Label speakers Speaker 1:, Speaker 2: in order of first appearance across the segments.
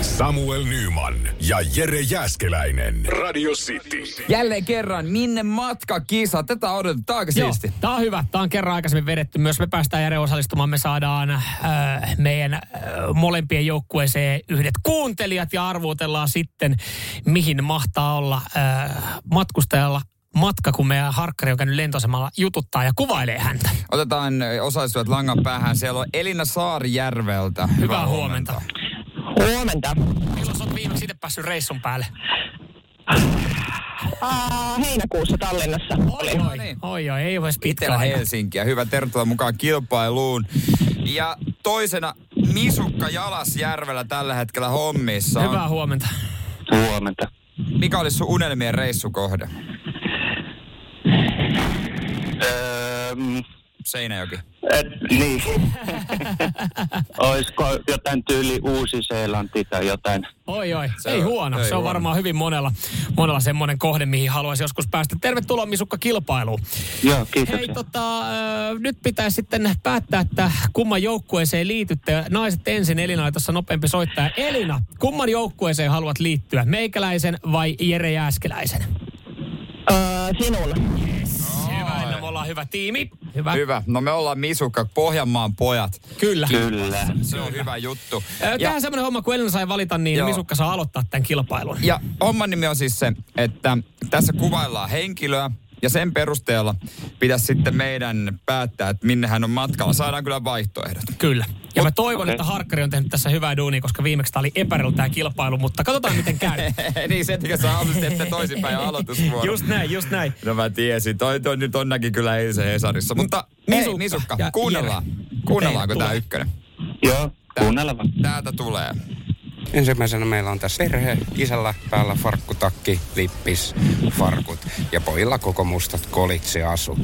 Speaker 1: Samuel Nyman ja Jere Jäskeläinen. Radio City.
Speaker 2: Jälleen kerran, minne matka kisa? Tätä odotetaan aika siisti.
Speaker 3: Tämä on hyvä. Tämä on kerran aikaisemmin vedetty. Myös me päästään Jere osallistumaan. Me saadaan äh, meidän äh, molempien joukkueeseen yhdet kuuntelijat ja arvuutellaan sitten, mihin mahtaa olla äh, matkustajalla matka, kun meidän harkkari on käynyt lentoasemalla jututtaa ja kuvailee häntä.
Speaker 2: Otetaan osallistujat langan päähän. Siellä on Elina Saarijärveltä. Hyvää,
Speaker 3: Hyvää huomenta.
Speaker 4: Huomenta.
Speaker 3: Milloin sä oot viimeksi itse päässyt reissun päälle?
Speaker 4: Aa, heinäkuussa Tallinnassa olin.
Speaker 2: No niin.
Speaker 3: Oi, oi, ei ole edes pitkä
Speaker 2: Itellä
Speaker 3: aika.
Speaker 2: Helsinkiä. Hyvä, tervetuloa mukaan kilpailuun. Ja toisena Misukka Jalasjärvellä tällä hetkellä hommissa.
Speaker 3: Hyvää
Speaker 2: On.
Speaker 3: huomenta.
Speaker 5: Huomenta.
Speaker 2: Mikä olisi sun unelmien reissukohde?
Speaker 5: Öö,
Speaker 2: Seinäjoki.
Speaker 5: et, niin. Olisiko jotain tyyli Uusi-Seelanti tai jotain?
Speaker 3: Oi, oi.
Speaker 2: Se
Speaker 3: Se ei
Speaker 2: on-
Speaker 3: huono.
Speaker 2: ei
Speaker 3: se on
Speaker 2: huono.
Speaker 3: varmaan hyvin monella, monella semmoinen kohde, mihin haluaisi joskus päästä. Tervetuloa Misukka kilpailuun.
Speaker 5: Joo, kiitoksia.
Speaker 3: Hei, tota, ö, nyt pitää sitten päättää, että kumman joukkueeseen liitytte. Naiset ensin, Elina oli tuossa nopeampi soittaja. Elina, kumman joukkueeseen haluat liittyä? Meikäläisen vai Jere Jääskeläisen?
Speaker 4: Öö, sinun.
Speaker 3: Hyvä, Elina, me ollaan hyvä tiimi. Hyvä.
Speaker 2: Hyvä. No me ollaan Misukka, Pohjanmaan pojat.
Speaker 3: Kyllä.
Speaker 5: Kyllä.
Speaker 2: Se on hyvä juttu.
Speaker 3: Ö, Tähän semmoinen homma, kun Elina sai valita, niin
Speaker 2: Joo.
Speaker 3: Misukka saa aloittaa tämän kilpailun.
Speaker 2: Ja homman nimi on siis se, että tässä kuvaillaan henkilöä ja sen perusteella pitäisi sitten meidän päättää, että minne hän on matkalla. Saadaan kyllä vaihtoehdot.
Speaker 3: Kyllä. Ja mä toivon, että Harkkari on tehnyt tässä hyvää duunia, koska viimeksi tää oli epäreilu tää kilpailu, mutta katsotaan miten käy.
Speaker 2: niin, se, että sä haluaisit, että toisinpäin on aloitusvuoro.
Speaker 3: Just näin, just näin.
Speaker 2: No mä tiesin, toi, toi nyt on näki kyllä eilisen Hesarissa. Mutta Misukka,
Speaker 3: Misukka
Speaker 2: hei, Misukka
Speaker 3: ja
Speaker 2: kuunnellaan.
Speaker 3: Jere.
Speaker 2: Kuunnellaanko
Speaker 3: Teille
Speaker 2: tää
Speaker 3: tulee.
Speaker 2: ykkönen?
Speaker 5: Joo, kuunnella vaan.
Speaker 2: Täältä tulee.
Speaker 6: Ensimmäisenä meillä on tässä perhe, isällä päällä farkkutakki, lippis, farkut ja pojilla koko mustat kolitsiasut.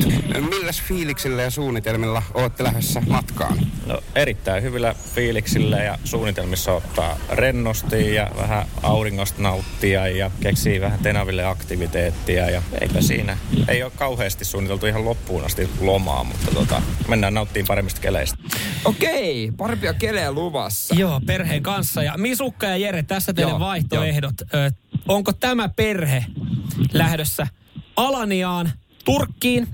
Speaker 6: Milläs fiiliksillä ja suunnitelmilla ootte lähdössä matkaan?
Speaker 7: No, erittäin hyvillä fiiliksillä ja suunnitelmissa ottaa rennosti ja vähän auringosta nauttia ja keksii vähän tenaville aktiviteettia ja eipä siinä. Ei ole kauheasti suunniteltu ihan loppuun asti lomaa, mutta tota, mennään nauttiin paremmista keleistä.
Speaker 2: Okei, parempia kelejä luvassa.
Speaker 3: Joo, perheen kanssa. Ja Misukka ja Jere, tässä teille
Speaker 2: Joo,
Speaker 3: vaihtoehdot. Ö, onko tämä perhe lähdössä Alaniaan, Turkkiin,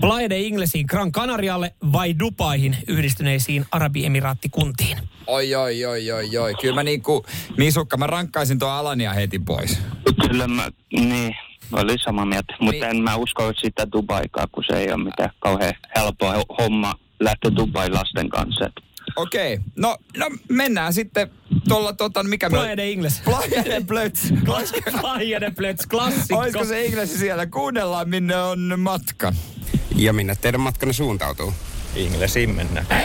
Speaker 3: Playa de Inglesiin, Gran Canarialle vai Dubaihin yhdistyneisiin Arabiemiraattikuntiin?
Speaker 2: Oi, oi, oi, oi, oi. Kyllä mä niinku, Misukka, mä rankkaisin tuon Alania heti pois.
Speaker 5: Kyllä mä, niin, mä olin samaa mieltä. Mutta
Speaker 2: Niin.
Speaker 5: en mä usko sitä Dubaikaa, kun se ei ole mitään kauhean helppoa ho- homma lähteä Dubai lasten kanssa. Et
Speaker 2: Okei, no, no mennään sitten tuolla, tota, mikä
Speaker 3: Playa de Ingles.
Speaker 2: Playa de Blöds.
Speaker 3: Playa de Plöts, klassikko.
Speaker 2: Olisiko se Inglesi siellä? Kuunnellaan, minne on matka.
Speaker 6: Ja minne teidän matkanne suuntautuu?
Speaker 7: Inglesiin mennään.
Speaker 3: Tää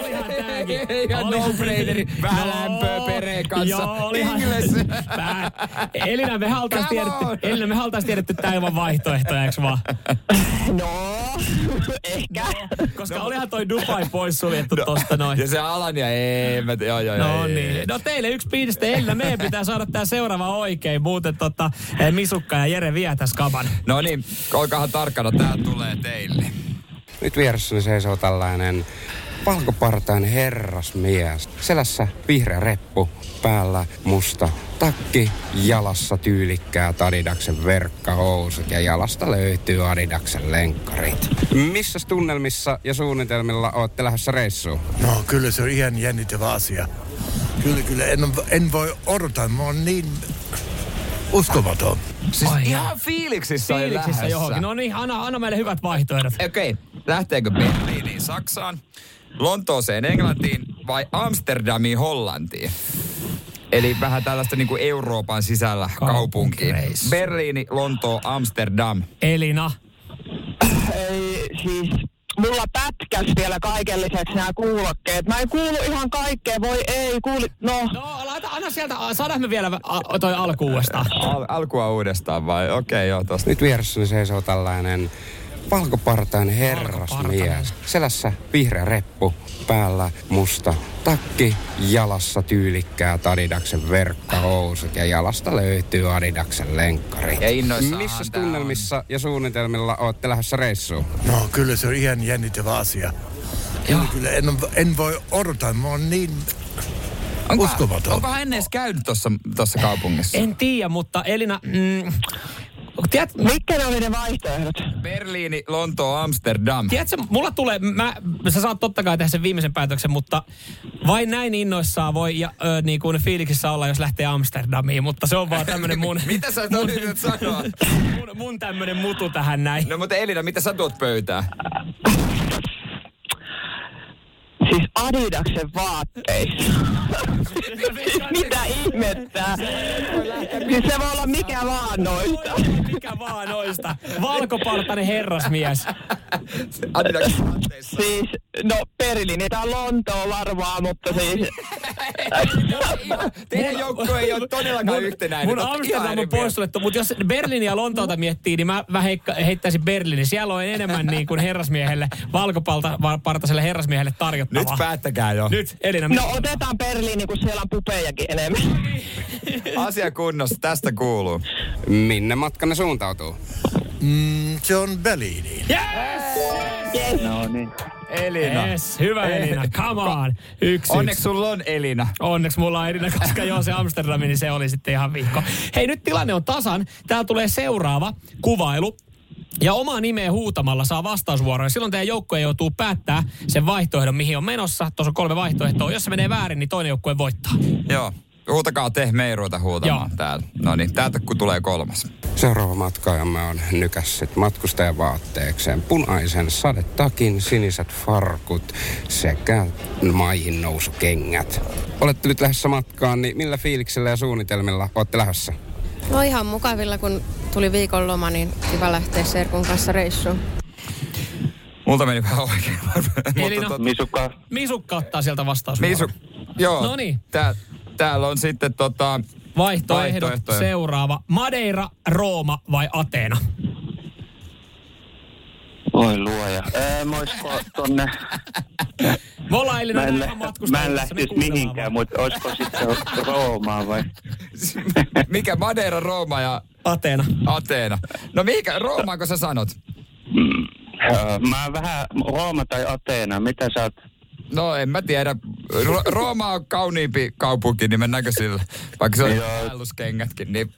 Speaker 3: olihan tääkin.
Speaker 2: Ihan
Speaker 3: Olihan-
Speaker 2: no-braineri. Vähän
Speaker 3: Joo.
Speaker 2: lämpöä pereen kanssa.
Speaker 3: Joo, olihan.
Speaker 2: Ingles.
Speaker 3: Pää- Elina, me haltais
Speaker 2: Come on.
Speaker 3: tiedetty, Elina, me haltais tiedetty tää ilman vaihtoehtoja, eiks vaan?
Speaker 4: No, ehkä.
Speaker 3: No, Koska
Speaker 2: No.
Speaker 3: olihan toi Dubai pois suljettu No. tosta noin.
Speaker 2: Ja se Alania, ei, mä, joo, joo, joo,
Speaker 3: No
Speaker 2: ei, ei.
Speaker 3: niin. No teille yksi piiriste Elina. Meidän pitää saada tää seuraava oikein. Muuten tota, eh, Misukka ja Jere vie tässä kaman.
Speaker 2: No niin, olkaahan tarkkana, tää tulee teille.
Speaker 6: Nyt vieressäni seisoo tällainen valkopartainen herrasmies. Selässä vihreä reppu, päällä musta takki, jalassa tyylikkää Adidaksen verkkahousut ja jalasta löytyy Adidaksen lenkkarit. Missä tunnelmissa ja suunnitelmilla olette lähdössä reissuun?
Speaker 8: No kyllä se on ihan jännittävä asia. Kyllä, kyllä. En, en voi odottaa. Mä oon niin uskomaton.
Speaker 2: Siis
Speaker 3: Ai
Speaker 2: ihan fiiliksissä, oli
Speaker 3: Fiiliksissä
Speaker 2: lähdössä.
Speaker 3: johonkin. No niin, anna, anna meille hyvät vaihtoehdot.
Speaker 2: Okei, lähteekö Berliiniin Saksaan, Lontooseen Englantiin vai Amsterdamiin Hollantiin? Eli vähän tällaista niin kuin Euroopan sisällä kaupunkiin.
Speaker 3: Kaupunkireissu.
Speaker 2: Berliini, Lontoo, Amsterdam.
Speaker 3: Elina.
Speaker 4: Ei, siis mulla pätkäs vielä kaiken lisäksi nämä kuulokkeet. Mä en kuulu ihan kaikkea, voi ei, kuuli... No,
Speaker 3: No, laita, anna sieltä, saadaan me vielä a, toi alku uudestaan.
Speaker 2: Al- alkua uudestaan vai? Okei, okay, joo, tosta.
Speaker 6: Nyt vieressäni seisoo tällainen valkopartainen herrasmies. Selässä vihreä reppu, päällä musta takki, jalassa tyylikkää Adidaksen verkkahousut ja jalasta löytyy Adidaksen lenkkari.
Speaker 2: Ja innoissaan
Speaker 6: Missä
Speaker 2: tää on.
Speaker 6: tunnelmissa ja suunnitelmilla olette lähdössä reissuun?
Speaker 8: No kyllä se on ihan jännittävä asia. Kyllä, kyllä en, en voi odottaa, mä oon niin uskomaton.
Speaker 2: Onko hän edes käynyt tuossa, tuossa kaupungissa?
Speaker 3: En tiedä, mutta Elina... Mm, tiedät,
Speaker 4: mitkä ne oli ne vaihtoehdot?
Speaker 2: Berliini, Lontoo, Amsterdam.
Speaker 3: Tiedätkö, mulla tulee, mä, sä saat totta kai tehdä sen viimeisen päätöksen, mutta vain näin innoissaan voi ja, ö, niin kuin fiiliksissä olla, jos lähtee Amsterdamiin, mutta se on vaan tämmönen mun...
Speaker 2: Mitä sä
Speaker 3: mun-
Speaker 2: yrität sanoa?
Speaker 3: mun, mun tämmönen mutu tähän näin.
Speaker 2: No mutta Elina, mitä sä tuot pöytään?
Speaker 4: Siis Adidaksen vaatteissa. Siis Mitä ihmettä? Siis se voi olla mikä vaan noista.
Speaker 3: Mikä vaan noista. Valkopartainen herrasmies.
Speaker 2: Adidas
Speaker 4: Siis, no Berliini tai Lontoo varmaan, mutta siis...
Speaker 2: Teidän joukkue ei ole todellakaan yhtenäinen.
Speaker 3: Mun
Speaker 2: Te ootte ihan
Speaker 3: Amsterdam
Speaker 2: eri
Speaker 3: on
Speaker 2: mieltä.
Speaker 3: poissuljettu, mutta jos Berliiniä ja Lontoota miettii, niin mä, mä heikka, heittäisin Berliini. Siellä on enemmän niin kuin herrasmiehelle, valkopartaiselle herrasmiehelle
Speaker 2: Nyt
Speaker 3: tarjottavaa.
Speaker 2: päättäkää jo.
Speaker 3: Nyt, Elina.
Speaker 4: No otetaan Berliini, kun siellä on pupejakin enemmän.
Speaker 2: Asia kunnossa, tästä kuuluu.
Speaker 6: Minne matkanne suuntautuu?
Speaker 8: Mm, se on Berliiniin.
Speaker 4: Yes.
Speaker 5: No niin.
Speaker 2: Elina. Eh,
Speaker 3: Yes, hyvä Elina, come on. Yksi,
Speaker 2: Onneksi
Speaker 3: yksi.
Speaker 2: sulla on Elina.
Speaker 3: Onneksi mulla on Elina, koska joo se Amsterdami, niin se oli sitten ihan vihko. Hei, nyt tilanne on tasan. Täällä tulee seuraava kuvailu. Ja omaa nimeä huutamalla saa vastausvuoron. Ja Silloin teidän joukkue joutuu päättää sen vaihtoehdon, mihin on menossa. Tuossa on kolme vaihtoehtoa. Jos se menee väärin, niin toinen joukkue voittaa.
Speaker 2: Joo. Huutakaa te, me ei ruveta huutamaan
Speaker 3: Joo.
Speaker 2: täällä. No niin, täältä kun tulee kolmas.
Speaker 6: Seuraava matkaajamme on nykässyt matkustajan vaatteekseen punaisen sadetakin, siniset farkut sekä maihin nousukengät. Olette nyt lähdössä matkaan, niin millä fiiliksellä ja suunnitelmilla olette lähdössä?
Speaker 9: No ihan mukavilla, kun tuli viikonloma, niin kiva lähteä Serkun kanssa reissuun.
Speaker 2: Multa meni vähän oikein. tota,
Speaker 3: Elina.
Speaker 2: tot-
Speaker 5: Misukka,
Speaker 3: Misukka ottaa sieltä vastausvuoron.
Speaker 2: Misu, joo.
Speaker 3: Noniin.
Speaker 2: Tää, täällä on sitten tota...
Speaker 3: Vaihtoehdot,
Speaker 2: Vaihtoehtoja.
Speaker 3: seuraava. Madeira, Rooma vai Ateena?
Speaker 5: voi luoja. Ää, mä oisko tonne...
Speaker 3: Me ollaan Elina
Speaker 5: Mä en,
Speaker 3: ihan
Speaker 5: lä-
Speaker 3: matkustajia
Speaker 5: mä
Speaker 3: tässä,
Speaker 5: en
Speaker 3: me
Speaker 5: lähtisi
Speaker 3: kuunnellaan
Speaker 5: mihinkään,
Speaker 3: vaan.
Speaker 5: mutta oisko sitten Roomaa vai?
Speaker 2: Mikä Madeira, Rooma ja
Speaker 3: Ateena.
Speaker 2: Ateena. No mikä Roomaanko sä sanot?
Speaker 5: Mm. Ää, Mä vähän Rooma tai Ateena, mitä sä oot?
Speaker 2: No en mä tiedä. Ro- Rooma on kauniimpi kaupunki, niin mennäänkö sillä? Vaikka se on
Speaker 5: Joo.
Speaker 2: vaelluskengätkin, niin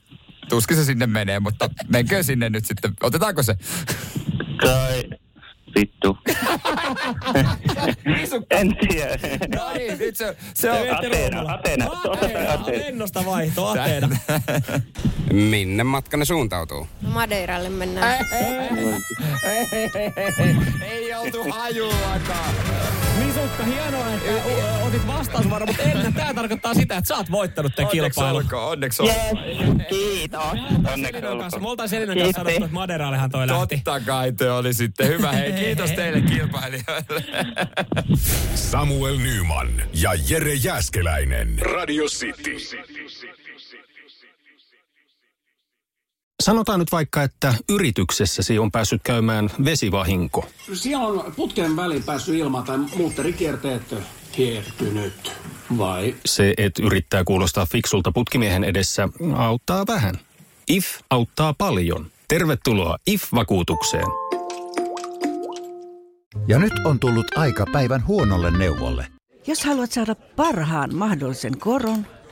Speaker 2: tuskin se sinne menee, mutta menkö sinne nyt sitten? Otetaanko se?
Speaker 5: Tai vittu.
Speaker 2: Misukka.
Speaker 5: En tiedä.
Speaker 2: No niin, nyt se, se on...
Speaker 5: Ateena, Ateena. Otetaan
Speaker 3: Ateena,
Speaker 5: Ateena.
Speaker 3: lennosta vaihto, Ateena.
Speaker 6: Minne matkanne suuntautuu?
Speaker 9: No Madeiralle mennään.
Speaker 2: Ei oltu hajuakaan.
Speaker 3: Misukka, hienoa, että o- otit vastausvaro, mutta Elina, tämä tarkoittaa sitä, että sä oot voittanut tämän
Speaker 2: Onneksi
Speaker 3: kilpailun.
Speaker 2: olkoon, onneksi olkoon.
Speaker 4: Yes. Kiitos.
Speaker 5: Onneksi
Speaker 3: Elinan kanssa.
Speaker 5: olkoon.
Speaker 3: Me oltais Elinan kanssa
Speaker 4: Kiitti.
Speaker 3: sanottu, että Madeirallehan toi lähti.
Speaker 2: Totta kai te oli sitten. Hyvä hei, kiitos teille kilpailijoille.
Speaker 1: Samuel Nyman ja Jere Jäskeläinen. Radio City.
Speaker 10: Sanotaan nyt vaikka, että yrityksessäsi on päässyt käymään vesivahinko.
Speaker 11: Siellä on putken väliin päässyt ilma tai muutterikierteet kiertynyt, vai?
Speaker 10: Se, että yrittää kuulostaa fiksulta putkimiehen edessä, auttaa vähän. IF auttaa paljon. Tervetuloa IF-vakuutukseen.
Speaker 12: Ja nyt on tullut aika päivän huonolle neuvolle.
Speaker 11: Jos haluat saada parhaan mahdollisen koron,